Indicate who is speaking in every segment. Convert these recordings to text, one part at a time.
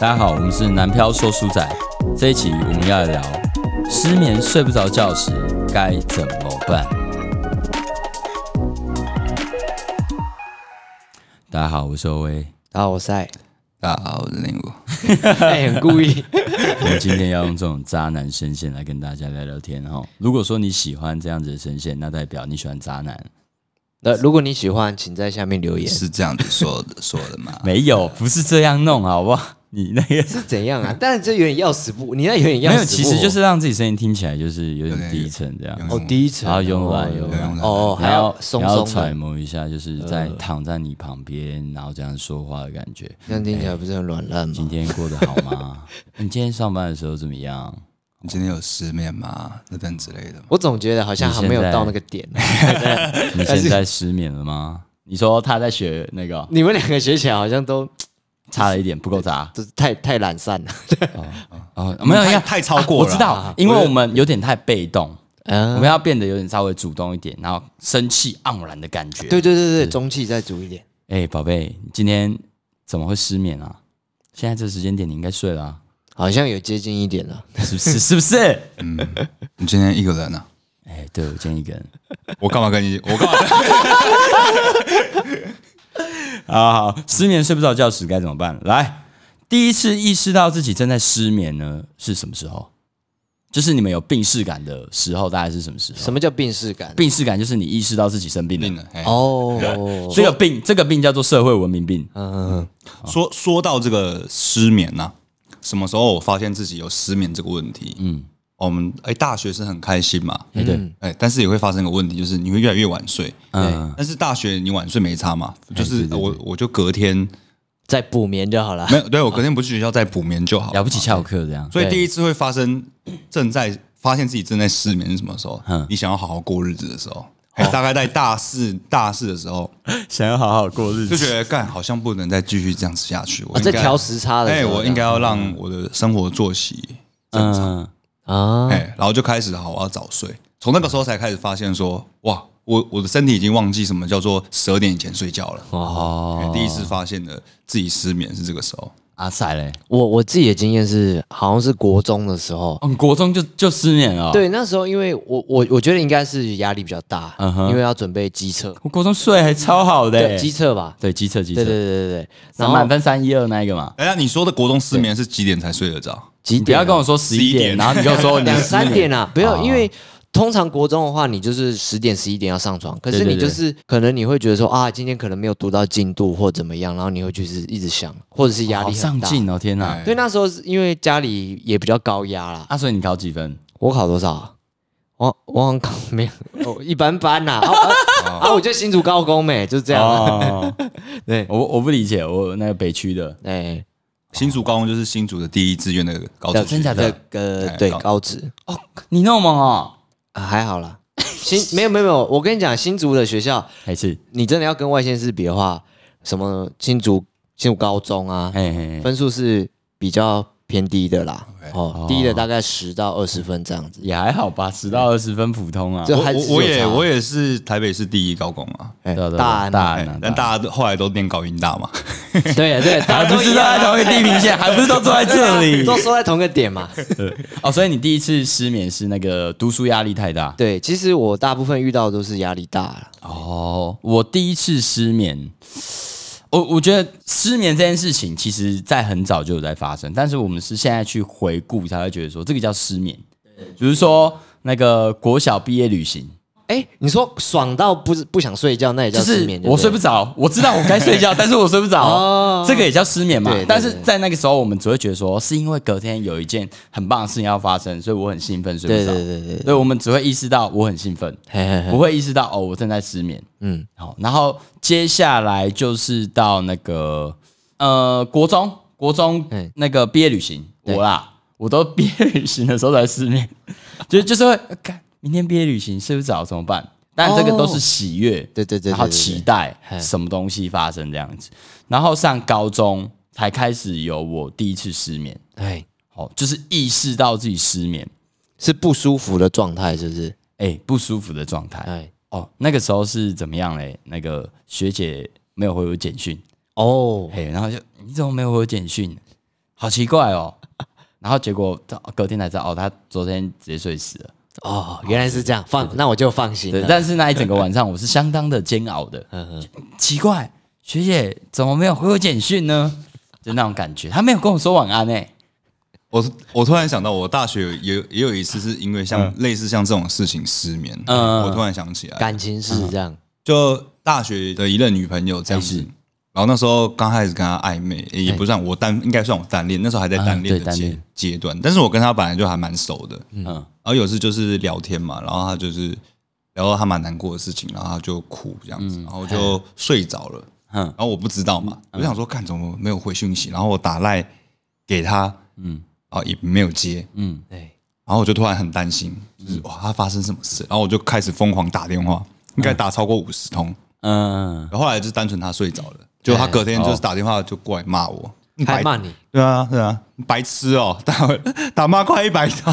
Speaker 1: 大家好，我们是南漂说书仔。这一期我们要聊失眠睡不着觉时该怎么办。大家好，我是欧威。
Speaker 2: 啊，我塞，
Speaker 3: 大家好，我是林武。
Speaker 2: 哎、很故意。
Speaker 1: 我们今天要用这种渣男声线来跟大家聊聊天哈。如果说你喜欢这样子的声线，那代表你喜欢渣男。
Speaker 2: 那如果你喜欢，请在下面留言。
Speaker 3: 是这样子说的说的吗？
Speaker 1: 没有，不是这样弄，好不好？你那个
Speaker 2: 是怎样啊？但是这有点要死不，你那有点要
Speaker 1: 没
Speaker 2: 死
Speaker 1: 有，
Speaker 2: 不活。
Speaker 1: 其实就是让自己声音听起来就是有点低沉这样。
Speaker 3: 嗯
Speaker 2: 哦，第一层，
Speaker 1: 然后慵懒慵懒
Speaker 2: 哦哦，还
Speaker 1: 然
Speaker 2: 要
Speaker 1: 后
Speaker 2: 松
Speaker 1: 然后
Speaker 2: 松
Speaker 1: 揣
Speaker 2: 的，
Speaker 1: 摩一下，就是在躺在你旁边，然后这样说话的感觉。
Speaker 2: 这样听起来不是很软烂
Speaker 1: 今
Speaker 2: 吗？
Speaker 1: 天过得好 吗？你今天上班的时候怎么样？
Speaker 3: 你今天有失眠吗？等等之类的吗。
Speaker 2: 我总觉得好像还没有
Speaker 1: 你现在
Speaker 2: 到那个点。
Speaker 1: 你现在失眠了吗？你说他在学那个哦，
Speaker 2: 你们两个学起来好像都
Speaker 1: 差了一点，不够渣
Speaker 2: 都是太太懒散了。
Speaker 1: 哦，没有，
Speaker 3: 太
Speaker 1: 要
Speaker 3: 太超过了
Speaker 1: 啊我嗯知道，因为我们有点太被动，我
Speaker 2: 啊，
Speaker 1: 们要变得有点稍微主动一点，然后生气盎然的感觉。
Speaker 2: 对，对对对，中气再足一点。
Speaker 1: 哎，宝贝，你今天怎么会失眠啊？现在这时间点你应该睡了啊，
Speaker 2: 好像有接近一点了，
Speaker 1: 是不是？ 是不是？
Speaker 3: 你今天一个人啊？
Speaker 1: 哎，对我今天一个人。
Speaker 3: 我干嘛跟你？ 我干嘛？
Speaker 1: 啊，好，失眠睡不着觉时该怎么办？来，第一次意识到自己正在失眠呢，是什么时候？就是你们有病逝感的时候，大概是什么时候？
Speaker 2: 什么叫病逝感？
Speaker 1: 病逝感就是你意识到自己生病
Speaker 3: 病
Speaker 1: 了。
Speaker 3: 了。哎
Speaker 2: 哦，
Speaker 1: 这个病，这个病叫做社会文明病。
Speaker 2: 嗯，
Speaker 3: 哎说说到这个失眠呐、什么时候我发现自己有失眠这个问题？嗯，我们哎，大学是很开心嘛，
Speaker 1: 哎、对，
Speaker 3: 哎，但是也会发生一个问题，就是你会越来越晚睡。
Speaker 1: 嗯，哎
Speaker 3: 但是大学你晚睡没差嘛，就是我我就隔天
Speaker 2: 再补眠就好了。
Speaker 3: 没有，对我隔天不去学校再补眠就好。
Speaker 1: 了不起翘课这样。
Speaker 3: 所以第一次会发生正在发现自己正在失眠是什么时候
Speaker 1: 嗯？
Speaker 3: 你想要好好过日子的时候，大概在大四大四的时候，
Speaker 1: 想要好好过日
Speaker 3: 就觉得干好像不能再继续这样子下去。我
Speaker 2: 啊，
Speaker 3: 应该
Speaker 2: 这调时差的
Speaker 3: 哎，
Speaker 2: 时候，
Speaker 3: 我应该要让我的生活作息正常，
Speaker 1: 嗯，
Speaker 2: 啊，
Speaker 3: 哎，然后就开始好，我要早睡。从那个时候才开始发现说，哇，我我的身体已经忘记什么叫做十二点以前睡觉了。
Speaker 1: 哦，
Speaker 3: 哎第一次发现的自己失眠是这个时候，
Speaker 1: 阿塞嘞，
Speaker 2: 我我自己的经验是，好像是国中的时候，
Speaker 1: 哦，你国中就就失眠了、，
Speaker 2: 对，那时候因为我我我觉得应该是压力比较大，
Speaker 1: 嗯哼
Speaker 2: 因为要准备机测，
Speaker 1: 我国中睡还超好的、
Speaker 2: 对，
Speaker 1: 欸，
Speaker 2: 机测吧，
Speaker 1: 对机测机测，
Speaker 2: 对对对对对，然
Speaker 1: 三
Speaker 2: 后
Speaker 1: 满分三一二那一个嘛。
Speaker 3: 哎呀，你说的国中失眠是几点才睡得着？
Speaker 2: 几
Speaker 1: 你不
Speaker 2: 点啊？
Speaker 1: 要跟我说十一点，
Speaker 3: 11点
Speaker 1: 然后你就说你
Speaker 2: 两
Speaker 1: 失眠
Speaker 2: 三点啊，不要，
Speaker 1: 哦
Speaker 2: 因为。通常国中的话，你就是十点十一点要上床，可是
Speaker 1: 对对
Speaker 2: 你就是可能你会觉得说啊，今天可能没有读到进度或怎么样，然后你会就是一直想，或者是压
Speaker 1: 好
Speaker 2: 力
Speaker 1: 上
Speaker 2: 很大。
Speaker 1: 进哦，天
Speaker 3: 哎
Speaker 1: 哪！
Speaker 2: 对，那时候是因为家里也比较高压啦，
Speaker 1: 阿所以你考几分？
Speaker 2: 我考多少啊？我我好像考没有， 哦，一般般呐、啊。啊啊，我就新竹高工呗，就是这样。
Speaker 1: 哦，
Speaker 2: 啊对，
Speaker 1: 我我不理解，我那个北区的，
Speaker 2: 哎，
Speaker 3: 新竹高中就是新竹的第一志愿的高中，
Speaker 1: 真假的
Speaker 2: 这个
Speaker 3: 哎
Speaker 2: 对
Speaker 3: 高
Speaker 2: 高职
Speaker 1: 你那么猛哦，
Speaker 2: 啊还好啦。新 没有没有没有，我跟你讲，新竹的学校，
Speaker 1: 还是
Speaker 2: 你真的要跟外县市比的话，什么新竹新竹高中啊，
Speaker 1: 哎哎哎
Speaker 2: 分数是比较偏低的啦。
Speaker 1: 哦
Speaker 2: 哦，低的大概十到二十分这样子。
Speaker 1: 也还好吧，十到二十分普通啊。
Speaker 2: 这
Speaker 3: 我
Speaker 2: 还是
Speaker 3: 我我
Speaker 2: 有
Speaker 3: 也
Speaker 2: 差
Speaker 3: 我也是台北市第一高工啊，
Speaker 2: 哎
Speaker 1: 对啊对啊对啊
Speaker 2: 大安
Speaker 1: 大
Speaker 2: 啊，
Speaker 1: 安
Speaker 3: 哎
Speaker 1: 啊，
Speaker 3: 但大家都后来都念高音大嘛，
Speaker 2: 对对，大
Speaker 1: 还
Speaker 2: 家
Speaker 1: 不
Speaker 2: 都
Speaker 1: 是
Speaker 2: 一
Speaker 1: 都
Speaker 2: 样啊
Speaker 1: 在同一个地平线，还不是都坐在这里
Speaker 2: 都说在同个点嘛。
Speaker 1: 哦。所以你第一次失眠是那个读书压力太大
Speaker 2: 对，其实我大部分遇到的都是压力大了。
Speaker 1: 哦。我第一次失眠，我我觉得失眠这件事情，其实在很早就有在发生，但是我们是现在去回顾才会觉得说这个叫失眠。比如说那个国小毕业旅行，
Speaker 2: 哎，你说爽到不是不想睡觉，那也叫
Speaker 1: 就
Speaker 2: 失
Speaker 1: 是
Speaker 2: 眠。
Speaker 1: 我睡不
Speaker 2: 着，
Speaker 1: 着，我知道我该睡 觉，但是我睡不着
Speaker 2: 哦，
Speaker 1: 这个也叫失眠嘛
Speaker 2: 对对。对
Speaker 1: 但是在那个时候，我们只会觉得说，是因为隔天有一件很棒的事情要发生，所以我很兴奋睡
Speaker 2: 对
Speaker 1: 不
Speaker 2: 对
Speaker 1: 着。
Speaker 2: 对对对，
Speaker 1: 对，我们只会意识到我很兴奋，
Speaker 2: 嘿嘿嘿
Speaker 1: 不会意识到哦，我正在失眠。
Speaker 2: 嗯，
Speaker 1: 好，然后接下来就是到那个呃国中，国中
Speaker 2: 嗯
Speaker 1: 那个毕业旅行，
Speaker 2: 对
Speaker 1: 我啦，我都 毕业旅行的时候才失眠，就就是会，呃干、明天毕业旅行睡不着怎么办？但这个都是喜悦。
Speaker 2: 哦对对对，
Speaker 1: 然后
Speaker 2: 对对
Speaker 1: 期
Speaker 2: 对
Speaker 1: 待
Speaker 2: 嘿
Speaker 1: 什么东西发生这样子。然后上高中才开始有我第一次失眠，
Speaker 2: 哎，
Speaker 1: 哦，就是意识到自己失眠，
Speaker 2: 是不舒服的状态，是不是？
Speaker 1: 哎，不舒服的状态。
Speaker 2: 哎，
Speaker 1: 哦，那个时候是怎么样嘞？那个学姐没有回我简讯，
Speaker 2: 哦，
Speaker 1: 嘿，然后就你怎么没有回我简讯？好奇怪哦。 然后结果他隔天才知道，哦，他昨天直接睡死了。
Speaker 2: 哦，原来是这样，放那我就放心
Speaker 1: 对，
Speaker 2: 了。
Speaker 1: 但是那一整个晚上我是相当的煎熬 的。
Speaker 2: 嗯嗯，
Speaker 1: 奇怪，学姐怎么没有回我简讯呢？就那种感觉，她没有跟我说晚安诶、欸
Speaker 3: 我我突然想到，我大学有也有也有一次是因为像、
Speaker 2: 嗯
Speaker 3: 类似像这种事情失眠，
Speaker 1: 嗯
Speaker 3: 我突然想起来，
Speaker 2: 感情是这样，
Speaker 3: 就大学的一任女朋友这样
Speaker 1: 哎
Speaker 3: 子
Speaker 1: 是。哎
Speaker 3: 然后那时候刚开始跟她暧昧，也也不算我单，应该算我单恋，那时候还在单
Speaker 1: 啊
Speaker 3: 恋
Speaker 1: 对
Speaker 3: 的
Speaker 1: 单
Speaker 3: 阶
Speaker 1: 恋
Speaker 3: 阶段。但是我跟她本来就还蛮熟的，
Speaker 1: 嗯，
Speaker 3: 然后有次就是聊天嘛，然后她就是聊到她蛮难过的事情，然后她就哭这样子，然后就睡着了。
Speaker 1: 嗯
Speaker 3: 然后我不知道嘛，我想说看怎么没有回讯息，然后我打赖给她，
Speaker 1: 嗯
Speaker 3: 嗯，啊也没有接，
Speaker 1: 嗯，
Speaker 2: 对，
Speaker 3: 然后我就突然很担心，就是哇，他发生什么事？然后我就开始疯狂打电话，应该打超过五十通。
Speaker 1: 嗯，
Speaker 3: 然后后来就是单纯他睡着了，就他隔天就是打电话就过来骂我，
Speaker 1: 哎
Speaker 3: 你白
Speaker 2: 还骂你，
Speaker 3: 对啊对啊，你白痴哦， 打打骂快一 百通，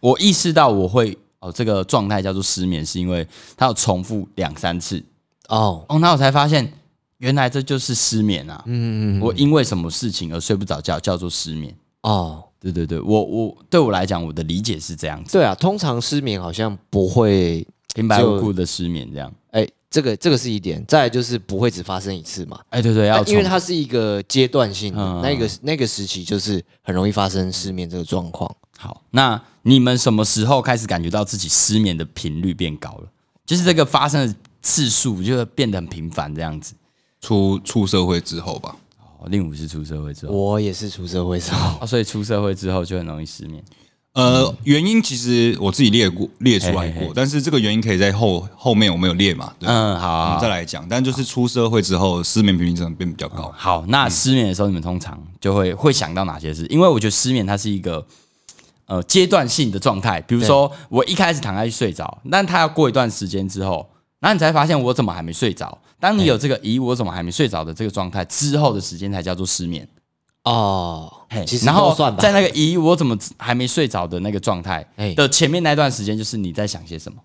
Speaker 1: 我意识到我会哦，这个状态叫做失眠，是因为它有重复两三次
Speaker 2: 哦，
Speaker 1: 哦，那我才发现原来这就是失眠啊。
Speaker 2: 嗯嗯嗯，
Speaker 1: 我因为什么事情而睡不着觉，叫做失眠。
Speaker 2: 哦，
Speaker 1: 对对对，我我对我来讲，我的理解是这样子，
Speaker 2: 对啊，通常失眠好像不会，
Speaker 1: 平白无故的失眠这样。
Speaker 2: 哎，这个这个是一点，再来就是不会只发生一次嘛，
Speaker 1: 哎，对对，要
Speaker 2: 但因为
Speaker 1: 重
Speaker 2: 它是一个阶段性的，
Speaker 1: 嗯
Speaker 2: 那个那个时期就是很容易发生失眠这个状况。
Speaker 1: 好，那你们什么时候开始感觉到自己失眠的频率变高了？就是这个发生的次数就会变得很频繁这样子。
Speaker 3: 出出社会之后吧，
Speaker 1: 哦，令武是出社会之后，
Speaker 2: 我也是出社会之后，
Speaker 1: 哦，所以出社会之后就很容易失眠。
Speaker 3: 呃，原因其实我自己列过列出来
Speaker 1: 嗯嘿嘿
Speaker 3: 过，但是这个原因可以在后后面我们有列嘛，对，
Speaker 1: 嗯，好
Speaker 3: 我
Speaker 1: 好
Speaker 3: 们再
Speaker 1: 好
Speaker 3: 来讲。但就是出社会之后，失眠频率真的变比较高。
Speaker 1: 好，那失眠的时候，你们通常就会会想到哪些事？因为我觉得失眠它是一个呃阶段性的状态，比如说我一开始躺下去睡着，但它要过一段时间之后，然后你才发现我怎么还没睡着。当你有这个“咦，我怎么还没睡着”的这个状态之后的时间，才叫做失眠。
Speaker 2: 哦
Speaker 1: 嘿，
Speaker 2: 其实
Speaker 1: 然后
Speaker 2: 都算吧，
Speaker 1: 在那个咦，我怎么还没睡着的那个状态
Speaker 2: 哎
Speaker 1: 的前面那段时间，就是你在想些什么？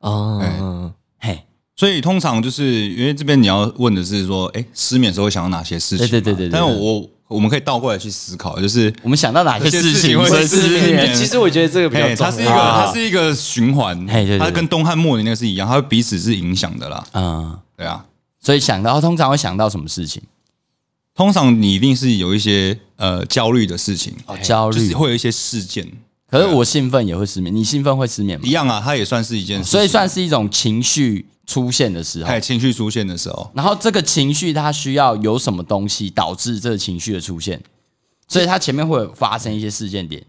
Speaker 2: 哦，
Speaker 3: 哎
Speaker 2: 嗯
Speaker 1: 嘿，
Speaker 3: 所以通常就是因为这边你要问的是说，哎、失眠的时候会想到哪些事情嘛？
Speaker 1: 对对对对对
Speaker 3: 但我我们可以倒过来去思考，就是
Speaker 1: 我们想到哪些事情
Speaker 3: 有些
Speaker 1: 会
Speaker 3: 事情会
Speaker 1: 失
Speaker 3: 失
Speaker 1: 眠
Speaker 3: 眠？
Speaker 2: 其实我觉得这个比
Speaker 3: 哎、
Speaker 2: 较重要，
Speaker 3: 它是一个、
Speaker 1: 啊
Speaker 3: 它是一个循环，
Speaker 1: 嘿对对对
Speaker 3: 它跟东汉末年那个是一样，它彼此是影响的啦。
Speaker 1: 嗯，
Speaker 3: 对啊，
Speaker 1: 所以想到通常会想到什么事情？
Speaker 3: 通常你一定是有一些呃焦虑的事情，
Speaker 1: 哦，焦
Speaker 3: 就是
Speaker 1: 虑。
Speaker 3: 会有一些事件
Speaker 1: 可是我兴奋也会失眠，你兴奋会失眠吗
Speaker 3: 一？样啊，它也算是一件事情，
Speaker 1: 哦所以算是一哦种情绪出现的时候
Speaker 3: 还。有情绪出现的时候，
Speaker 1: 然后这个情绪它需要有什么东西导致这个情绪的出现，所以它前面会有发生一些事件点。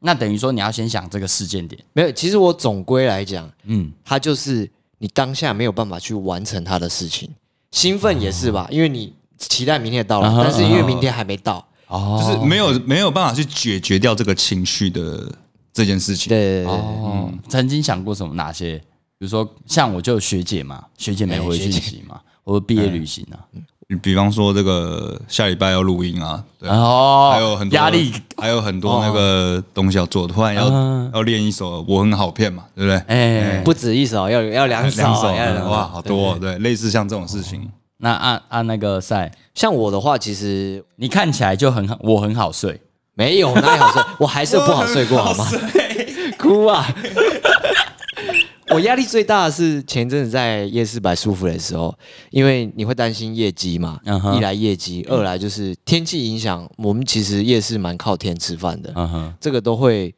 Speaker 1: 那等于说你要先想这个事件点，
Speaker 2: 没有。其实我总归来讲，
Speaker 1: 嗯，
Speaker 2: 它就是你当下没有办法去完成它的事情，兴奋也是吧，因为你期待明天到
Speaker 1: 啊
Speaker 2: 了，
Speaker 1: 哈
Speaker 2: 但是因为明天还没到，
Speaker 1: 哦
Speaker 3: 就是没有没有办法去解决掉这个情绪的这件事情。
Speaker 2: 对对对对
Speaker 1: 哦，曾经想过什么哪些？比如说像我就有学姐嘛，学姐没回
Speaker 2: 哎学
Speaker 1: 信
Speaker 2: 姐
Speaker 1: 息嘛，我毕业旅行啊，
Speaker 3: 你比方说这个下礼拜要录音啊，对，
Speaker 1: 然后
Speaker 3: 还有很
Speaker 1: 哦
Speaker 3: 多
Speaker 1: 压力，，
Speaker 3: 还有很多那个东西要做，突然要
Speaker 1: 嗯
Speaker 3: 要练一首《我很好骗》嘛，对不对？
Speaker 1: 哎，
Speaker 2: 哦不止一首，要要两首，
Speaker 3: 两首
Speaker 2: 啊
Speaker 3: 啊
Speaker 2: 要两首
Speaker 3: 哇，好多哦对，类似像这种事情，
Speaker 1: 那按按那个赛，
Speaker 2: 像我的话，其实
Speaker 1: 你看起来就很好，我很好睡，
Speaker 2: 没有那好睡，我还是不好睡过，好 吗？哭啊！我压力最大的是前阵子在夜市摆舒服的时候，因为你会担心业绩嘛
Speaker 1: 嗯哼
Speaker 2: 一来业绩，二来就是天气影响。我们其实夜市蛮靠天吃饭的，
Speaker 1: 嗯哼，
Speaker 2: 这个都会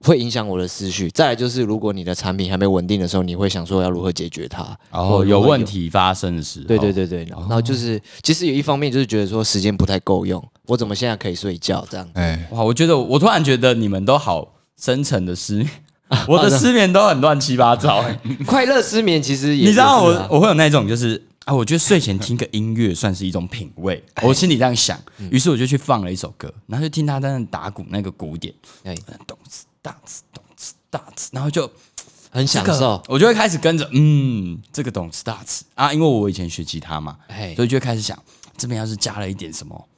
Speaker 2: 会影响我的思绪。再来就是，如果你的产品还没稳定的时候，你会想说要如何解决它，
Speaker 1: 然
Speaker 2: 或
Speaker 1: 后
Speaker 2: 如
Speaker 1: 哦有
Speaker 2: 何
Speaker 1: 问。题发生的时候，
Speaker 2: 对对对对，然后就是，其实有一方面就是觉得说时间不太够用，我怎么现在可以睡觉这样？
Speaker 3: 哎，
Speaker 1: 哇，我觉得我突然觉得你们都好深沉的失眠，
Speaker 2: 啊
Speaker 1: 我
Speaker 2: 哦
Speaker 1: 的失眠都很乱七八糟、 哎
Speaker 2: 快乐失眠其实也
Speaker 1: 你知道
Speaker 2: 也
Speaker 1: 我
Speaker 2: 是啊
Speaker 1: 我会有那种就是啊，我觉得睡前听个音乐算是一种品味，我心里这样想，
Speaker 2: 嗯
Speaker 1: 于是我就去放了一首歌，然后就听他在那打鼓那个鼓点，
Speaker 2: 哎
Speaker 1: 大次咚次大次，然后就
Speaker 2: 很
Speaker 1: 这
Speaker 2: 享
Speaker 1: 个
Speaker 2: 受，
Speaker 1: 我就会开始跟着，嗯，这个懂次大次啊，因为我以前学吉他嘛，
Speaker 2: 哎
Speaker 1: 所以就会开始想，这边要是加了一点什么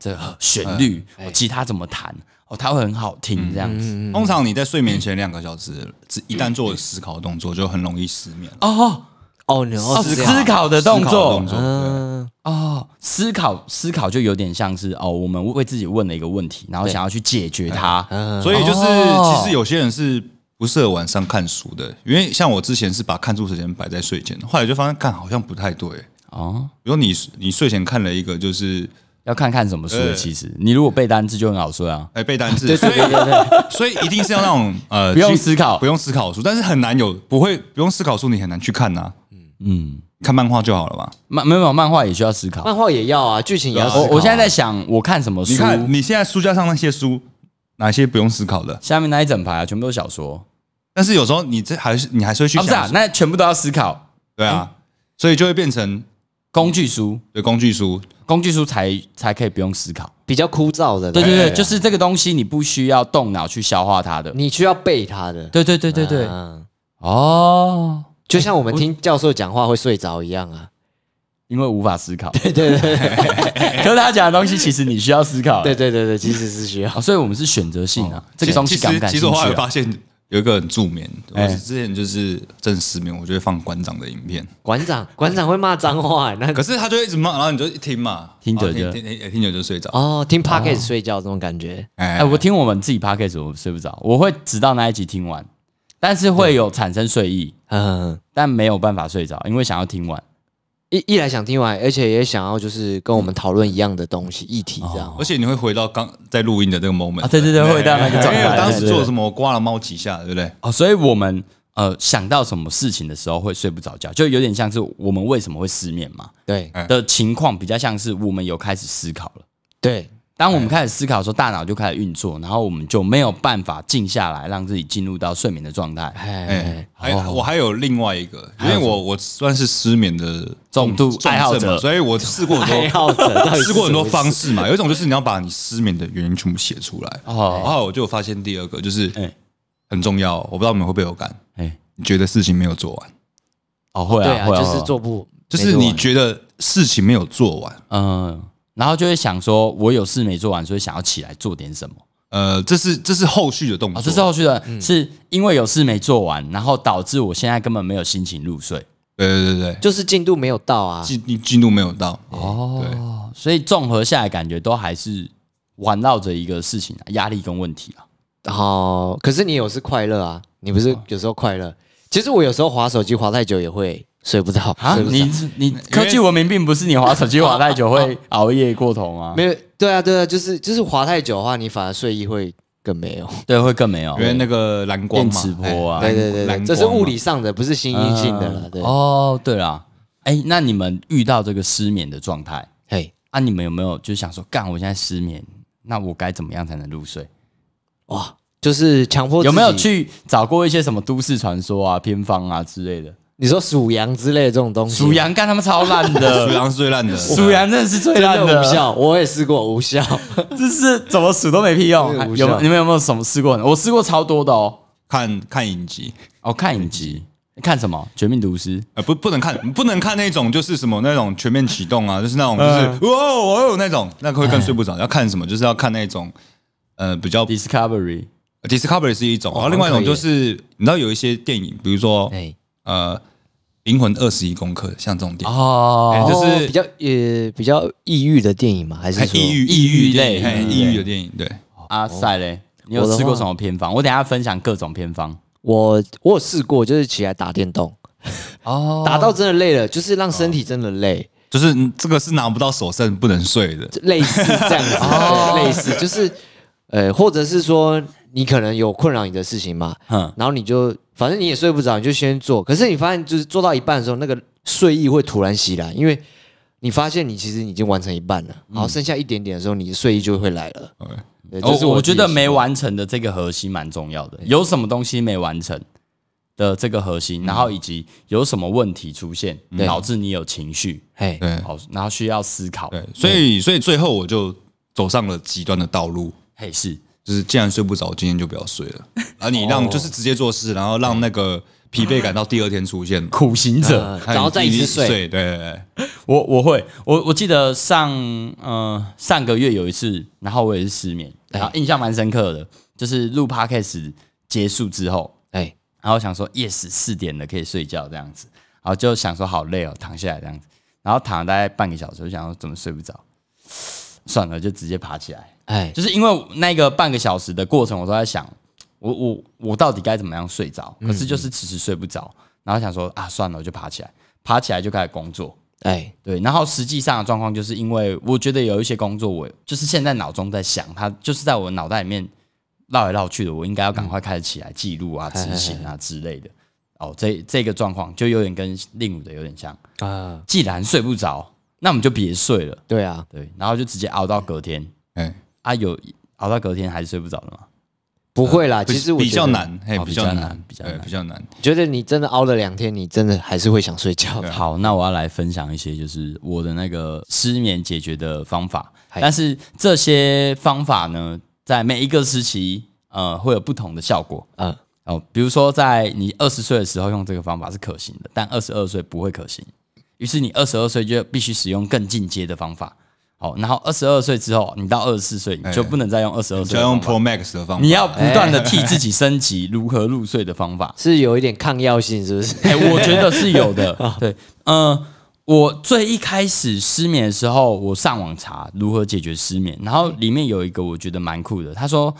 Speaker 1: 这个旋律，
Speaker 2: 哎嗯
Speaker 1: 我吉他怎么弹，哦，它会很好听这样子。
Speaker 3: 通常你在睡眠前两个小时，只一旦做了思考动作，就很容易失眠。
Speaker 1: 哦，
Speaker 2: 哦，你哦
Speaker 1: 哦
Speaker 2: 是这
Speaker 1: 思
Speaker 2: 样，
Speaker 1: 考的动
Speaker 3: 思考
Speaker 1: 作
Speaker 3: 动作，对
Speaker 2: 嗯，
Speaker 1: 哦，思考思考就有点像是哦，我们为自己问了一个问题，然后想要去解决它。
Speaker 2: 嗯
Speaker 3: 所以就是
Speaker 1: 哦
Speaker 3: 其实有些人是不适合晚上看书的，因为像我之前是把看书时间摆在睡前，后来就发现看好像不太对。
Speaker 1: 哦，
Speaker 3: 比如你你睡前看了一个就是
Speaker 1: 要看看什么书的。
Speaker 3: 对
Speaker 1: 其实你如果背单词就很好睡啊，
Speaker 3: 哎背单词，所以 所以一定是要那种呃
Speaker 1: 不用
Speaker 3: 去
Speaker 1: 思考
Speaker 3: 不用思考的书，但是很难有不会不用思考的书你很难去看呐。
Speaker 1: 嗯，
Speaker 3: 看漫画就好了吧？
Speaker 1: 漫没有漫画也需要思考。
Speaker 2: 漫画也要啊，剧情也要思考啊。
Speaker 1: 我我现在在想，我看什么
Speaker 3: 哦你
Speaker 1: 书？
Speaker 3: 看你现在书架上那些书，哪些不用思考的？
Speaker 1: 下面那一整排啊，全部都是小说。
Speaker 3: 但是有时候你这还是你还是会去
Speaker 1: 啊，不是啊嗯
Speaker 3: 想，，
Speaker 1: 那全部都要思考。
Speaker 3: 对啊，所以就会变成
Speaker 1: 工具书，
Speaker 3: 对工具书，
Speaker 1: 工具书才才可以不用思考。
Speaker 2: 比较枯燥的，
Speaker 1: 对对对，就是这个东西你不需要动脑去消化它的。
Speaker 2: 你需要背它的。
Speaker 1: 对对对对对，
Speaker 2: 嗯，
Speaker 1: 哦，
Speaker 2: 就像我们听教授讲话会睡着一样啊。
Speaker 1: 因为无法思考。对对对， 可是他讲的东西其实你需要思考。
Speaker 2: 对对对对，其实是需要。
Speaker 1: 哦，所以我们是选择性啊，这个
Speaker 3: 其
Speaker 1: 东西
Speaker 3: 其实
Speaker 1: 感不感兴
Speaker 3: 其实
Speaker 1: 趣、
Speaker 3: 我后来
Speaker 1: 啊？
Speaker 3: 发现有一个很助眠，
Speaker 1: 哎
Speaker 3: 我之前就是正失眠，我就会放馆长的影片，
Speaker 1: 嗯
Speaker 2: 馆长，馆长会骂脏话欸，那
Speaker 3: 可是他就一直骂，然后你就一听嘛，
Speaker 1: 听着
Speaker 3: 然后
Speaker 1: 就
Speaker 3: 听听听听着就睡着。
Speaker 2: 哦，听 podcast 睡觉这种感觉。
Speaker 1: 哎、
Speaker 3: 哎，
Speaker 1: 我听我们自己 podcast 我睡不着，我会直到那一集听完，但是会有产生睡意，
Speaker 2: 嗯，
Speaker 1: 但没有办法睡着，因为想要听完。
Speaker 2: 一一来想听完，而且也想要就是跟我们讨论一样的东西议题
Speaker 1: 哦
Speaker 2: 这样。
Speaker 3: 而且你会回到刚在录音的那个 moment，、
Speaker 1: 啊对对对会到那个状态
Speaker 3: 因为我当
Speaker 1: 对
Speaker 3: 时
Speaker 1: 对对
Speaker 3: 做了什么，我刮了猫几下，对不对？
Speaker 1: 哦，所以我们呃想到什么事情的时候会睡不着觉，就有点像是我们为什么会失眠嘛
Speaker 2: 对
Speaker 3: 哎
Speaker 1: 的情况，比较像是我们有开始思考了。
Speaker 2: 对，
Speaker 1: 当我们开始思考的时候，大脑就开始运作，然后我们就没有办法静下来，让自己进入到睡眠的状态。
Speaker 2: 哎
Speaker 3: 哎，，还、我还有另外一个，因为我我算是失眠的
Speaker 1: 重度
Speaker 3: 重
Speaker 1: 爱好
Speaker 3: 症嘛
Speaker 1: 者
Speaker 3: 所以我试过很
Speaker 2: 爱
Speaker 3: 多，
Speaker 2: 好者到底是
Speaker 3: 试过很多
Speaker 2: 什么意
Speaker 3: 方
Speaker 2: 思
Speaker 3: 式嘛。有一种就是你要把你失眠的原因全部写出来。
Speaker 1: 哦
Speaker 3: 然后我就有发现第二个就是
Speaker 1: 哎
Speaker 3: 很重要，我不知道你们会不会有感，
Speaker 1: 哎，
Speaker 3: 你觉得事情没有做完，
Speaker 1: 哦会
Speaker 2: 对
Speaker 1: 啊，
Speaker 2: 啊，
Speaker 1: 会
Speaker 2: 就是
Speaker 1: 会
Speaker 2: 做不，
Speaker 3: 就是你觉得事情没有做完，
Speaker 1: 嗯，然后就会想说，我有事没做完，所以想要起来做点什么。
Speaker 3: 呃，这是这是后续的动
Speaker 1: 啊、
Speaker 3: 作，
Speaker 1: 这是后续的，是因为有事没做完，然后导致我现在根本没有心情入睡。
Speaker 3: 对对对对，
Speaker 2: 就是进度没有到啊。
Speaker 3: 进你进度没有到，
Speaker 1: 哦，所以综合下来，感觉都还是环绕着一个事情、啊，压力跟问题啊。
Speaker 2: 哦，可是你有是快乐啊，你不是有时候快乐？其实我有时候划手机划太久也会睡不着
Speaker 1: 啊，
Speaker 2: 睡不着
Speaker 1: 你你科技文明并不是你滑手机滑太久会熬夜过头啊，
Speaker 2: 没有？对啊，对啊，就是就是划太久的话，你反而睡意会更没有。
Speaker 1: 对，会更没有
Speaker 3: 因为那个蓝光
Speaker 1: 电
Speaker 3: 嘛，
Speaker 1: 磁波啊
Speaker 3: 哎
Speaker 2: 对对对
Speaker 3: 蓝
Speaker 2: 对，
Speaker 3: 光
Speaker 2: 这是物
Speaker 3: 嘛
Speaker 2: 理上的，不是心因性的了。对，
Speaker 1: 哦，对啦，哎，那你们遇到这个失眠的状态
Speaker 2: 嘿，
Speaker 1: 啊，你们有没有就想说，干，我现在失眠，那我该怎么样才能入睡？
Speaker 2: 哇，就是强迫
Speaker 1: 有没有
Speaker 2: 自己？
Speaker 1: 去找过一些什么都市传说啊、偏方啊之类 的？
Speaker 2: 你说数羊之类的这种东西，
Speaker 1: 属羊干他们超烂
Speaker 3: 属
Speaker 1: 的，
Speaker 3: 羊是最烂的，
Speaker 1: 属羊真的是最
Speaker 2: 真
Speaker 1: 烂
Speaker 2: 的无
Speaker 1: 的，
Speaker 2: 效，我也试过无效。
Speaker 1: 这是怎么数都没屁用
Speaker 2: 真的。无效
Speaker 1: 有没有你们有没有什么试过？我试过超多的哦。
Speaker 3: 看看影集，
Speaker 1: 哦，看影集，看什么《绝命毒师》
Speaker 3: 呃，不不能看，不能看那种就是什么那种全面启动啊， 就是那种就是哇哦哦那种，那个会更睡不着。要看什么？就是要看那种呃比较
Speaker 1: Discovery。
Speaker 3: Discovery 是一种，然啊后另外一种就是你知道有一些电影，比如说
Speaker 2: 哎，
Speaker 3: 呃《灵魂二十一功课》，像这种电影，
Speaker 1: 哦
Speaker 3: 哎就是
Speaker 2: 哦比较呃比较抑郁的电影嘛，还是
Speaker 3: 哎
Speaker 2: 说
Speaker 3: 抑郁
Speaker 1: 抑郁类
Speaker 3: 哎
Speaker 1: 抑郁类
Speaker 3: 抑郁的电影，对，
Speaker 1: 阿塞嘞，你
Speaker 2: 哦我
Speaker 1: 有
Speaker 2: 的话
Speaker 1: 吃过什么偏方？我等一下分享各种偏方。
Speaker 2: 我我有试过，就是起来打电动，
Speaker 1: 哦，
Speaker 2: 打到真的累了，就是让身体真的累，
Speaker 3: 就是嗯这个是拿不到手胜不能睡的，
Speaker 2: 就类似这样子，
Speaker 1: 哦
Speaker 2: 对类似就是呃，或者是说你可能有困扰你的事情嘛，
Speaker 1: 嗯
Speaker 2: 然后你就反正你也睡不着，你就先做，可是你发现就是做到一半的时候，那个睡意会突然袭来，因为你发现你其实已经完成一半了，
Speaker 1: 嗯
Speaker 2: 然后剩下一点点的时候，你的睡意就会来了。对，这是
Speaker 1: 哦我
Speaker 2: 自
Speaker 1: 觉
Speaker 2: 己
Speaker 1: 得没完成的这个核心蛮重要的，有什么东西没完成的这个核心，然后以及有什么问题出现
Speaker 2: 对
Speaker 1: 导致你有情绪，
Speaker 2: 嘿
Speaker 3: 对
Speaker 1: 好，然后需要思考。
Speaker 3: 对，所以所以最后我就走上了极端的道路，
Speaker 1: 嘿，是
Speaker 3: 就是既然睡不着，今天就不要睡了。 然后你
Speaker 2: 哦
Speaker 3: 让、就是直接做事，然后让那个疲惫感到第二天出现嘛，
Speaker 1: 苦行者，
Speaker 3: 嗯
Speaker 2: 呃 然后再一直睡，
Speaker 3: 对对对，
Speaker 1: 我我会，我我记得上呃上个月有一次，然后我也是失眠，然后印象蛮深刻的，就是录 podcast 结束之后，
Speaker 2: 哎
Speaker 1: 然后想说 yes 四点了可以睡觉这样子，然后就想说好累哦，躺下来这样子，然后躺了大概半个小时，我想说怎么睡不着， 算了，就直接爬起来。
Speaker 2: 哎，
Speaker 1: 就是因为那个半个小时的过程，我都在想，我我我到底该怎么样睡着？可是就是迟迟睡不着，然后想说啊，算了，我就爬起来，爬起来就开始工作。
Speaker 2: 哎，
Speaker 1: 对，然后实际上的状况就是因为我觉得有一些工作我，就是现在脑中在想，它就是在我脑袋里面绕来绕去的，我应该要赶快开始起来记录啊、执行啊之类的。哦，这这个状况就有点跟令武的有点像。
Speaker 2: 啊，
Speaker 1: 既然睡不着，那我们就别睡了。
Speaker 2: 对啊，
Speaker 1: 对，然后就直接熬到隔天
Speaker 3: 哎，
Speaker 1: 啊，有熬到隔天还是睡不着的嘛？
Speaker 2: 不会啦，其实我
Speaker 3: 比较
Speaker 2: 觉得，
Speaker 3: 难，哎，
Speaker 1: 哦
Speaker 3: 比
Speaker 1: 比较
Speaker 3: 较
Speaker 1: 难
Speaker 3: 难，
Speaker 1: 比较
Speaker 3: 对
Speaker 1: 难
Speaker 3: 比较难。
Speaker 2: 觉得你真的熬了两天，你真的还是会想睡觉
Speaker 3: 啊
Speaker 2: 的。
Speaker 1: 好，那我要来分享一些就是我的那个失眠解决的方法，
Speaker 2: 嗨
Speaker 1: 但是这些方法呢，在每一个时期，呃，会有不同的效果
Speaker 2: 嗯，
Speaker 1: 哦。比如说，在你二十岁的时候用这个方法是可行的，但二十二岁不会可行，于是你二十二岁就必须使用更进阶的方法。好，然后二十二岁之后，你到二十四岁，你就不能再用二十二
Speaker 3: 哎就
Speaker 1: 岁的
Speaker 3: 要
Speaker 1: 方
Speaker 3: 用
Speaker 1: 法，
Speaker 3: Pro Max 的方法，
Speaker 1: 你要不断的替自己升级如何入睡的方法。
Speaker 2: 是有一点抗药性，是 不是？
Speaker 1: 哎、我觉得是有的。对，嗯、我最一开始失眠的时候，我上网查如何解决失眠，然后里面有一个我觉得蛮酷的，他说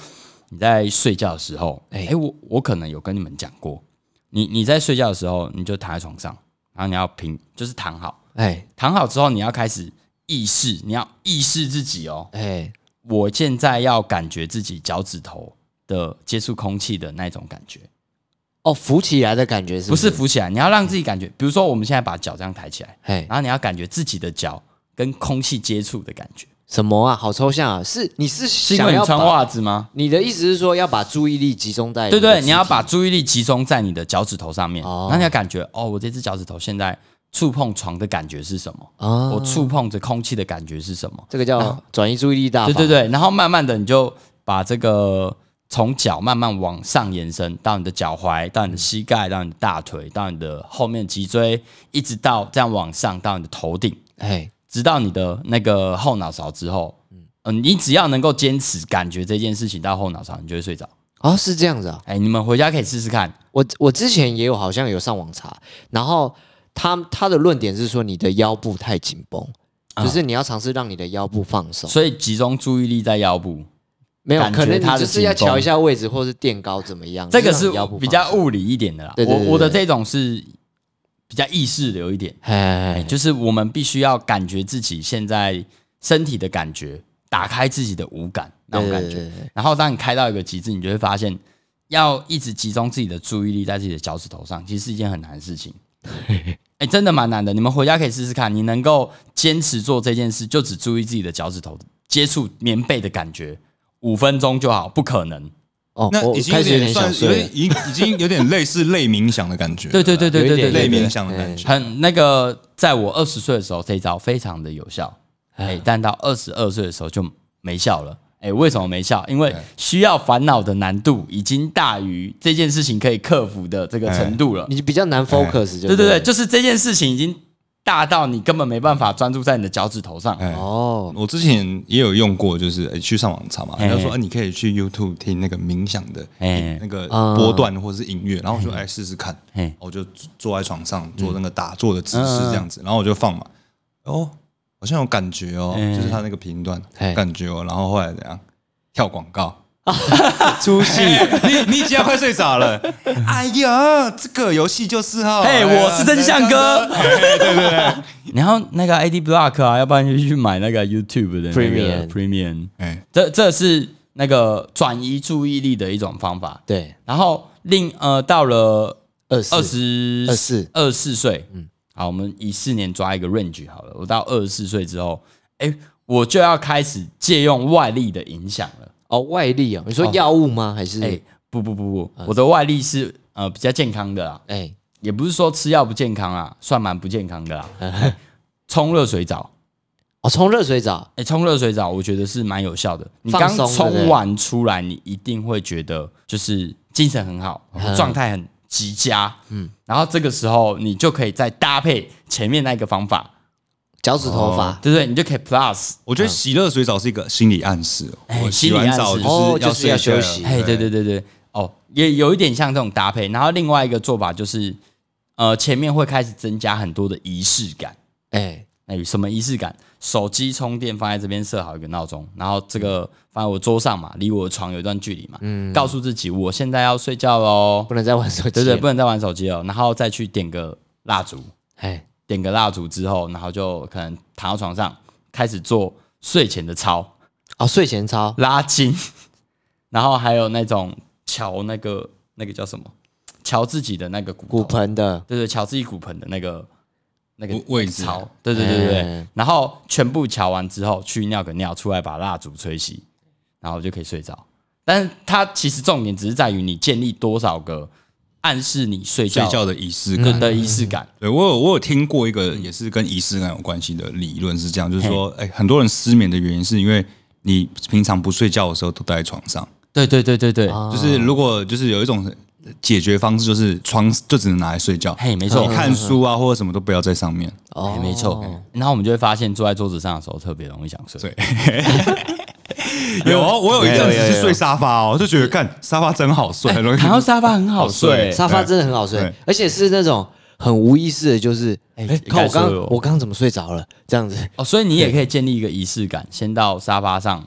Speaker 1: 你在睡觉的时候，哎、
Speaker 2: 哎
Speaker 1: 我我可能有跟你们讲过，你你在睡觉的时候，你就躺在床上，然后你要平就是躺好，
Speaker 2: 哎
Speaker 1: 躺好之后你要开始意识，你要意识自己哦，
Speaker 2: 哎，
Speaker 1: 我现在要感觉自己脚趾头的接触空气的那种感觉。
Speaker 2: 哦，浮起来的感觉是
Speaker 1: 不
Speaker 2: 是
Speaker 1: 是？浮起来，你要让自己感觉，比如说我们现在把脚这样抬起来，
Speaker 2: 哎，
Speaker 1: 然后你要感觉自己的脚跟空气接触的感觉，
Speaker 2: 什么啊？好抽象啊！是你是
Speaker 1: 是因
Speaker 2: 想
Speaker 1: 为你
Speaker 2: 要
Speaker 1: 穿
Speaker 2: 把
Speaker 1: 袜子吗？
Speaker 2: 你的意思是说要把注意力集中在
Speaker 1: 对
Speaker 2: 的
Speaker 1: 对，
Speaker 2: 肢体
Speaker 1: 你要把注意力集中在你的脚趾头上面，
Speaker 2: 哦
Speaker 1: 然后你要感觉哦，我这只脚趾头现在触碰床的感觉是什么？
Speaker 2: 啊
Speaker 1: 我触碰着空气的感觉是什么？
Speaker 2: 这个叫转移注意力大法。
Speaker 1: 对啊对对，然后慢慢的你就把这个从脚慢慢往上延伸，到你的脚踝，到你
Speaker 2: 嗯
Speaker 1: 的膝盖，到你的大腿，到你的后面脊椎，一直到这样往上到你的头顶。
Speaker 2: 哎，
Speaker 1: 直到你的那个后脑勺之后，嗯、你只要能够坚持感觉这件事情到后脑勺，你就会睡着。
Speaker 2: 哦，是这样子啊。
Speaker 1: 哎、你们回家可以试试看。
Speaker 2: 我我之前也有好像有上网查，然后他他的论点是说你的腰部太紧绷，
Speaker 1: 啊
Speaker 2: 就是你要尝试让你的腰部放松。
Speaker 1: 所以集中注意力在腰部，
Speaker 2: 没有，
Speaker 1: 感觉
Speaker 2: 可能你
Speaker 1: 它的
Speaker 2: 就是要
Speaker 1: 紧绷
Speaker 2: 调一下位置，或是垫高怎么样？
Speaker 1: 这个
Speaker 2: 就是
Speaker 1: 是
Speaker 2: 让你腰部
Speaker 1: 比较
Speaker 2: 放松。
Speaker 1: 物理一点的啦。
Speaker 2: 对对对对
Speaker 1: 我我的这种是比较意识流一点，哎、
Speaker 2: 哎，
Speaker 1: 就是我们必须要感觉自己现在身体的感觉，打开自己的五感那种感觉。
Speaker 2: 对对对对
Speaker 1: 然后当你开到一个极致，你就会发现，要一直集中自己的注意力在自己的脚趾头上，其实是一件很难的事情。 哎、真的蛮难的。你们回家可以试试看，你能够坚持做这件事，就只注意自己的脚趾头接触棉被的感觉，五分钟就好，不可能。
Speaker 2: 哦，
Speaker 3: 那
Speaker 2: 我
Speaker 3: 已经
Speaker 2: 开
Speaker 3: 有
Speaker 2: 始有
Speaker 3: 点
Speaker 2: 点
Speaker 3: 算
Speaker 2: 想
Speaker 3: 有
Speaker 2: 睡
Speaker 3: 点
Speaker 2: 了。
Speaker 3: 已已经有点类似类冥想的感 觉。
Speaker 1: 对对对对
Speaker 2: 有一
Speaker 1: 对对
Speaker 2: 点
Speaker 3: 类
Speaker 2: 累
Speaker 1: 对，
Speaker 3: 冥想的感觉。
Speaker 1: 很那个，在我二十岁的时候，这一招非常的有效。哎、但到二十二岁的时候就没效了。哎、为什么没效？因为需要烦恼的难度已经大于这件事情可以克服的这个程度了。
Speaker 2: 你比较难 focus，就
Speaker 1: 哎对对
Speaker 2: 哎
Speaker 1: 对，，
Speaker 2: 对
Speaker 1: 就是这件事情已经大到你根本没办法专注在你的脚趾头上。
Speaker 3: 哎，
Speaker 2: 哦，
Speaker 3: 我之前也有用过，就是、诶去上网查嘛，
Speaker 1: 哎
Speaker 3: 人家说、啊、你可以去 YouTube 听那个冥想的、
Speaker 1: 哎
Speaker 3: 那个
Speaker 2: 啊
Speaker 3: 波段或者是音乐，然后我说哎试试看，
Speaker 1: 哎
Speaker 3: 我就坐在床
Speaker 2: 嗯
Speaker 3: 上做那个打坐的姿势这样子，然后我就放嘛，哦，好像有感觉哦，
Speaker 2: 嗯
Speaker 1: 哎
Speaker 3: 就是它那个频段
Speaker 2: 哎
Speaker 3: 感觉哦，然后后来怎样跳广告。
Speaker 2: 出戏
Speaker 3: 你你已经要快睡着了，哎呀，这个游戏就是哈，
Speaker 1: 嘿
Speaker 3: 哎呀
Speaker 1: 我是真相哥
Speaker 3: 哎对对对，
Speaker 1: 然后那个 AD Block 啊，要不然就去买那个 YouTube 的那个
Speaker 2: Premium
Speaker 1: Premium，
Speaker 3: 哎，
Speaker 1: 这这是那个转移注意力的一种方法。
Speaker 2: 对，
Speaker 1: 然后另呃，到了
Speaker 2: 二十
Speaker 1: 二十
Speaker 2: 24
Speaker 1: 二四岁，嗯，好，我们以四年抓一个 range 好了。我到二十四岁之后，哎，我就要开始借用外力的影响了。
Speaker 2: 哦，外力哦，你说药物吗？还是
Speaker 1: 哎，不不不不，我的外力是呃比较健康的啦，
Speaker 2: 哎
Speaker 1: 也不是说吃药不健康啊，算蛮不健康的 啦。冲热水澡，
Speaker 2: 哦，冲热水澡
Speaker 1: 哎，冲热水澡我觉得是蛮有效的。你
Speaker 2: 放
Speaker 1: 刚
Speaker 2: 松对不对
Speaker 1: 冲完出来，你一定会觉得就是精神很好，
Speaker 2: 嗯
Speaker 1: 状态很极佳。嗯，然后这个时候你就可以再搭配前面那个方法，
Speaker 2: 脚趾头发，
Speaker 1: 对不对？你就可以 plus。
Speaker 3: 我觉得洗热水澡是一个心理暗示哦，
Speaker 1: 哎
Speaker 3: 我洗完澡
Speaker 2: 嗯心理暗示
Speaker 3: 就
Speaker 2: 哦就是要
Speaker 3: 睡觉
Speaker 2: 休息
Speaker 1: 哎，对对对对，哦，也有一点像这种搭配。然后另外一个做法就是，呃前面会开始增加很多的仪式感。
Speaker 2: 哎，
Speaker 1: 那有什么仪式感？手机充电放在这边设好一个闹钟，然后这个放在我桌上嘛，离我的床有一段距离嘛，告诉自己我现在要睡觉喽
Speaker 2: 不，能再玩手机，
Speaker 1: 对对，不，能再玩手机了，然后再去点个蜡烛，
Speaker 2: 哎，
Speaker 1: 点个蜡烛之后，然后就可能躺到床上开始做睡前的操，
Speaker 2: 哦，睡前操，
Speaker 1: 拉筋， 然后还有那种瞧那个那个叫什么，瞧自己的那个骨
Speaker 2: 骨
Speaker 1: 头
Speaker 2: 盆的，
Speaker 1: 对对，瞧自己骨盆的那个那个
Speaker 3: 位位置啊
Speaker 1: 槽，对对对对对
Speaker 2: 哎
Speaker 1: 然后全部瞧完之后，去尿个尿，出来把蜡烛吹熄，然后就可以睡着。但是它其实重点只是在于你建立多少个暗示你睡
Speaker 3: 睡
Speaker 1: 觉
Speaker 3: 觉的仪嗯式
Speaker 1: 的
Speaker 2: 嗯
Speaker 3: 感。
Speaker 1: 的仪式感。
Speaker 3: 对我有我有听过一个也是跟仪式感有关系的理论是这样，就是说，哎，很多人失眠的原因是因为你平常不睡觉的时候都待在床上，
Speaker 1: 对对对对对，
Speaker 2: 哦
Speaker 3: 就是如果就是有一种解决方式，就是床就只能拿来睡觉，
Speaker 1: 嘿，没错
Speaker 3: 你，看书啊或者什么都不要在上面。
Speaker 1: 嘿
Speaker 2: 哦，
Speaker 1: 哎没错。然后我们就会发现，坐在桌子上的时候特别容易想睡。
Speaker 3: 对， 有哦我有一阵
Speaker 2: 有有
Speaker 3: 子
Speaker 2: 有
Speaker 3: 是睡沙发哦，就觉得干沙发真好睡，很容易
Speaker 1: 躺到沙发很好睡，
Speaker 2: 沙发真的很好睡
Speaker 3: 对，
Speaker 2: 而且是那种很无意识的，就是，哎，看我
Speaker 1: 该睡
Speaker 2: 刚
Speaker 1: 了
Speaker 2: 我刚怎么睡着了，这样子，
Speaker 1: 哦，所以你也可以建立一个仪式感，先到沙发上，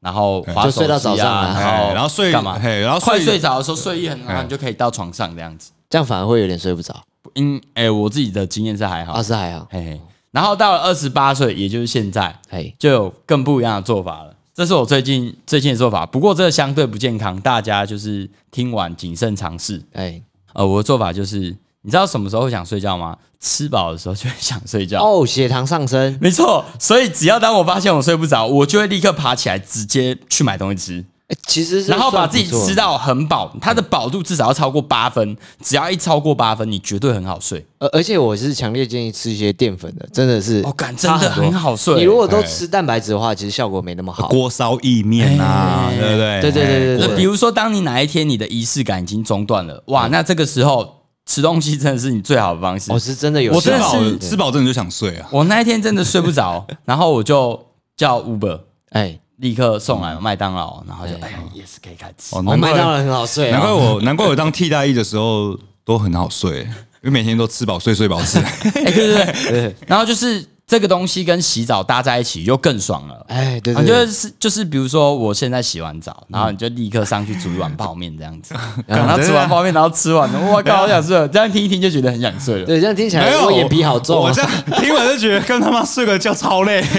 Speaker 1: 然后滑
Speaker 2: 就
Speaker 1: 手
Speaker 2: 睡到早
Speaker 1: 机
Speaker 2: 上
Speaker 1: 啊，
Speaker 2: 啊
Speaker 1: 然后
Speaker 3: 哎然后睡
Speaker 1: 干 嘛？
Speaker 3: 嘿然
Speaker 2: 哦
Speaker 3: 后
Speaker 1: 快
Speaker 3: 睡
Speaker 1: 睡着的时候睡意
Speaker 2: 嗯
Speaker 1: 很好，然后
Speaker 3: 哎
Speaker 1: 你就可以到床上这样子。
Speaker 2: 这样反而会有点睡不着。
Speaker 1: 嗯，哎，我自己的经验是还好
Speaker 2: 啊，，是还好，
Speaker 1: 嘿嘿。然后到了二十八岁，也就是现在，
Speaker 2: 哎，
Speaker 1: 就有更不一样的做法了。这是我最近最近的做法，不过这个相对不健康，大家就是听完谨慎尝试。
Speaker 2: 哎，
Speaker 1: 呃，我的做法就是，你知道什么时候会想睡觉吗？吃饱的时候就会想睡觉。
Speaker 2: 哦，血糖上升，
Speaker 1: 没错，所以只要当我发现我睡不着，我就会立刻爬起来，直接去买东西吃，
Speaker 2: 哎其实是
Speaker 1: 然后把
Speaker 2: 算不
Speaker 1: 自己
Speaker 2: 错
Speaker 1: 吃，到很饱，它的饱度至少要超过八分，只要一超过八分，你绝对很好睡。
Speaker 2: 而而且我是强烈建议吃一些淀粉的，真的是
Speaker 1: 哦，感真的
Speaker 2: 差多哎
Speaker 1: 很。
Speaker 2: 呃
Speaker 1: 好睡。
Speaker 2: 你如果都吃蛋白质的话，其实效果没那么好。
Speaker 3: 锅烧意面啊，对不对？
Speaker 2: 对对对对
Speaker 3: 哎
Speaker 2: 对
Speaker 1: 那比如说，当你哪一天你的仪式感已经中断了，哇，那这个时候吃东西真的是你最好的方式
Speaker 2: 我。是真的有效，
Speaker 1: 我真
Speaker 3: 吃
Speaker 1: 的
Speaker 3: 饱
Speaker 1: 是
Speaker 3: 了吃饱真的就想睡啊。
Speaker 1: 我那一天真的睡不着，然后我就叫 Uber，
Speaker 2: 哎，
Speaker 1: 立刻送来麦当劳，然后就哎也是可以开始吃。
Speaker 3: 哦，
Speaker 2: 哦，
Speaker 3: 难
Speaker 2: 麦当
Speaker 3: 怪
Speaker 2: 劳很好
Speaker 1: 啊
Speaker 2: 睡
Speaker 3: 难怪
Speaker 2: 哦。
Speaker 3: 我 难怪我当替代役的时候都很好睡，因为每天都吃饱睡睡饱 吃。
Speaker 1: 哎，对对对，然后就是这个东西跟洗澡搭在一起，又更爽了。
Speaker 2: 哎，对
Speaker 1: 我
Speaker 2: 对
Speaker 1: 觉得
Speaker 2: 对，
Speaker 1: 是啊就是，比如说我现在洗完澡，然后你就立刻上去煮一碗泡面这样子，
Speaker 2: 嗯
Speaker 1: 然后吃完泡面，然后吃完了，我靠，好想睡了。哦这样听一听就觉得很想睡了。
Speaker 2: 对这样听起
Speaker 3: 没
Speaker 2: 来
Speaker 3: 有，
Speaker 2: 我眼皮好重
Speaker 3: 我
Speaker 2: 啊
Speaker 3: 这。样听完就觉得跟他妈睡个觉超累。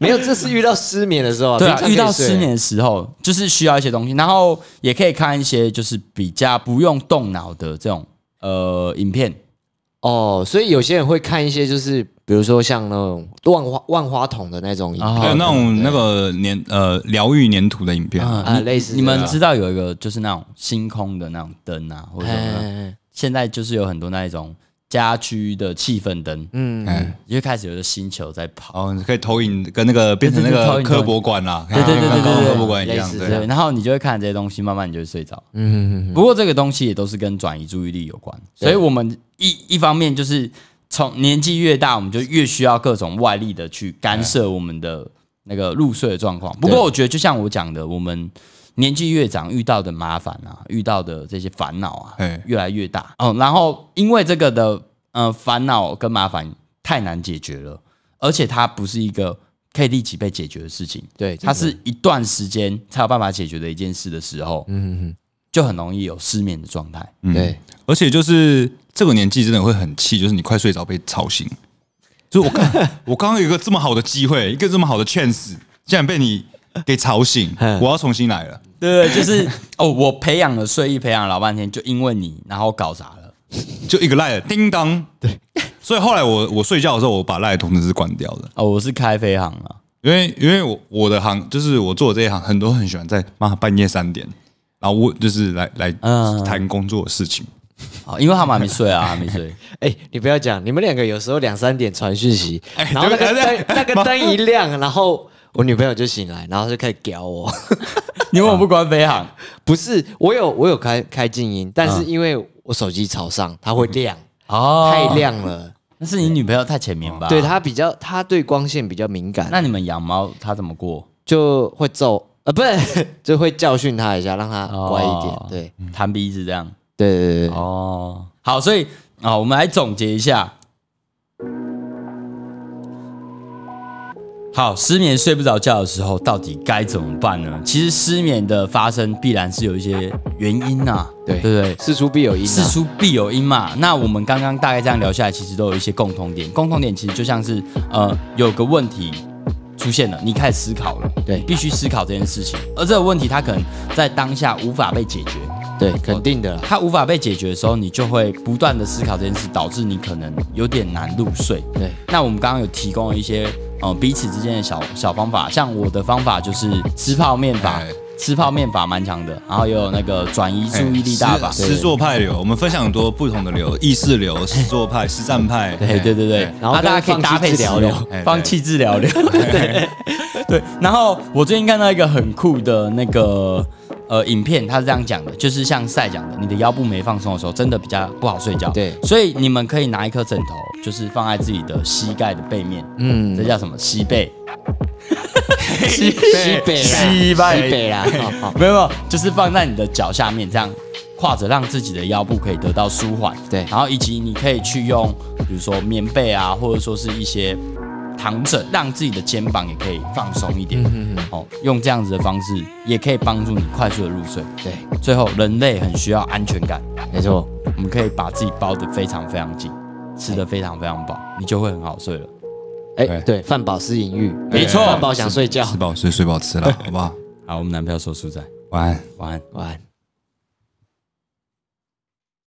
Speaker 2: 没有，这是遇到失眠的时候啊。
Speaker 1: 对
Speaker 2: 平
Speaker 1: 啊，
Speaker 2: 常可以
Speaker 1: 遇到
Speaker 2: 睡
Speaker 1: 失眠的时候，就是需要一些东西，然后也可以看一些就是比较不用动脑的这种呃影片。
Speaker 2: 哦，所以有些人会看一些，就是比如说像那种万花万花筒的那种影
Speaker 1: 哦
Speaker 3: 还有
Speaker 2: 片，
Speaker 3: 那种那个粘呃疗愈粘土的影片，
Speaker 1: 啊
Speaker 2: 啊
Speaker 1: 你
Speaker 2: 类似
Speaker 1: 你
Speaker 2: 的
Speaker 1: 们
Speaker 2: 啊
Speaker 1: 知道有一个就是那种星空的那种灯啊，或者
Speaker 2: 哎
Speaker 1: 什么的，
Speaker 2: 哎，
Speaker 1: 现在就是有很多那一种家居的气氛灯，
Speaker 2: 嗯，
Speaker 3: 哎，
Speaker 1: 因为开始有个星球在跑，
Speaker 3: 哦，你可以投影跟那个变成那
Speaker 1: 对对对投
Speaker 3: 个
Speaker 1: 影
Speaker 3: 科博馆啦，
Speaker 1: 对对对对对
Speaker 3: 跟
Speaker 1: 对对
Speaker 3: 科博馆一
Speaker 2: 类
Speaker 3: 样，
Speaker 2: 似
Speaker 3: 对
Speaker 2: 这样
Speaker 1: 对，然后你就会看这些东西，慢慢你就会睡着。
Speaker 2: 啊嗯，
Speaker 1: 不过这个东西也都是跟转移注意力有关，所以我们一一方面就是从年纪越大，我们就越需要各种外力的去干涉我们的那个入睡的状况。不过我觉得就像我讲的，我们年纪越长，遇到的麻烦啊，遇到的这些烦恼啊
Speaker 3: 哎，
Speaker 1: 越来越大哦。然后因为这个的呃烦恼跟麻烦太难解决了，而且它不是一个可以立即被解决的事情。
Speaker 2: 对，
Speaker 1: 它
Speaker 2: 真的
Speaker 1: 是一段时间才有办法解决的一件事的时候，
Speaker 2: 嗯，嗯
Speaker 1: 就很容易有失眠的状态。
Speaker 2: 嗯对，
Speaker 3: 而且就是这个年纪真的会很气，就是你快睡着被吵醒，就是我刚 我刚刚有一个这么好的机会，一个这么好的 chance，竟然被你给吵醒，
Speaker 2: 嗯
Speaker 3: 我要重新来了。
Speaker 1: 对 对，就是哦，我培养了睡意，培养了老半天，就因为你，然后搞砸了。
Speaker 3: 就一个赖的叮当。对，所以后来我我睡觉的时候，我把赖的通知是关掉的，
Speaker 1: 哦，我是开飞航啊了，
Speaker 3: 因为因为我我的行就是我做这一行，很多人很喜欢在妈半夜三点，然后我就是来来
Speaker 1: 嗯
Speaker 3: 谈工作的事情。
Speaker 1: 哦，因为他们还没睡 啊，还没睡。
Speaker 2: 哎，你不要讲，你们两个有时候两三点传讯息，然后那个
Speaker 3: 对不对
Speaker 2: 灯那个灯一亮，然后我女朋友就醒来，然后就开始屌 我。
Speaker 1: 你为我不关飞 航？
Speaker 2: 不是，我有我有开开静音，但是因为我手机朝上，它会亮，
Speaker 1: 哦，
Speaker 2: 太，亮了。
Speaker 1: 那是你女朋友太浅眠吧？
Speaker 2: 对，它比较，它对光线比较敏感，
Speaker 1: 那你们养猫它怎么过？
Speaker 2: 就会揍呃，不是， 就会教训它一下，让它乖一点
Speaker 1: 哦。
Speaker 2: 对，
Speaker 1: 弹鼻子这样。
Speaker 2: 对对对对。
Speaker 1: 哦，好，所以啊，我们来总结一下。好，失眠睡不着觉的时候，到底该怎么办呢？其实失眠的发生必然是有一些原因呐、
Speaker 2: 对
Speaker 1: 对不对？
Speaker 2: 事出必有因、啊，
Speaker 1: 事出必有因嘛。那我们刚刚大概这样聊下来，其实都有一些共同点。共同点其实就像是呃，有个问题出现了，你开始思考了，
Speaker 2: 对
Speaker 1: 你必须思考这件事情。而这个问题它可能在当下无法被解决，
Speaker 2: 对，肯定的啦。
Speaker 1: 它无法被解决的时候，你就会不断的思考这件事，导致你可能有点难入睡。
Speaker 2: 对，
Speaker 1: 那我们刚刚有提供了一些呃彼此之间的小小方法，像我的方法就是吃泡面法
Speaker 3: 哎，
Speaker 1: 吃泡面法蛮强的，然后也有那个转移注意力
Speaker 3: 哎
Speaker 1: 大法，
Speaker 3: 实作派流，我们分享很多不同的 流，意识流、实作派、实战派，
Speaker 1: 对对对对，
Speaker 2: 然后
Speaker 1: 啊
Speaker 2: 跟
Speaker 1: 大家可以搭配使
Speaker 2: 放弃
Speaker 1: 用
Speaker 2: 治疗疗
Speaker 3: 哎
Speaker 1: 放弃治疗 疗，对对。然后我最近看到一个很酷的那个呃影片，它是这样讲的，就是像赛讲的，你的腰部没放松的时候，真的比较不好睡觉。
Speaker 2: 对
Speaker 1: 所以你们可以拿一颗枕头，就是放在自己的膝盖的背面，嗯，这叫什么？膝背。膝
Speaker 2: 西北啦，
Speaker 1: 膝
Speaker 2: 西
Speaker 1: 背
Speaker 2: 北啦，哦好好
Speaker 1: 哦没有没有，就是放在你的脚下面，这样跨着，让自己的腰部可以得到舒缓。
Speaker 2: 对
Speaker 1: 然后以及你可以去用，比如说棉被啊，或者说是一些躺枕，让自己的肩膀也可以放松一点。嗯哦，用这样子的方式，也可以帮助你快速的入睡。
Speaker 2: 对，
Speaker 1: 最后，人类很需要安全感，
Speaker 2: 没错，
Speaker 1: 我们可以把自己包得非常非常紧，吃得非常非常饱，你就会很好睡了。
Speaker 2: 哎、
Speaker 3: 对
Speaker 2: 对，饭饱思淫欲，
Speaker 1: 没错
Speaker 2: 饭饱想睡觉
Speaker 3: 吃，饱睡，睡饱吃了，好不好？
Speaker 1: 好，我们男票说书仔，
Speaker 3: 晚安。
Speaker 1: 晚安。
Speaker 2: 晚安。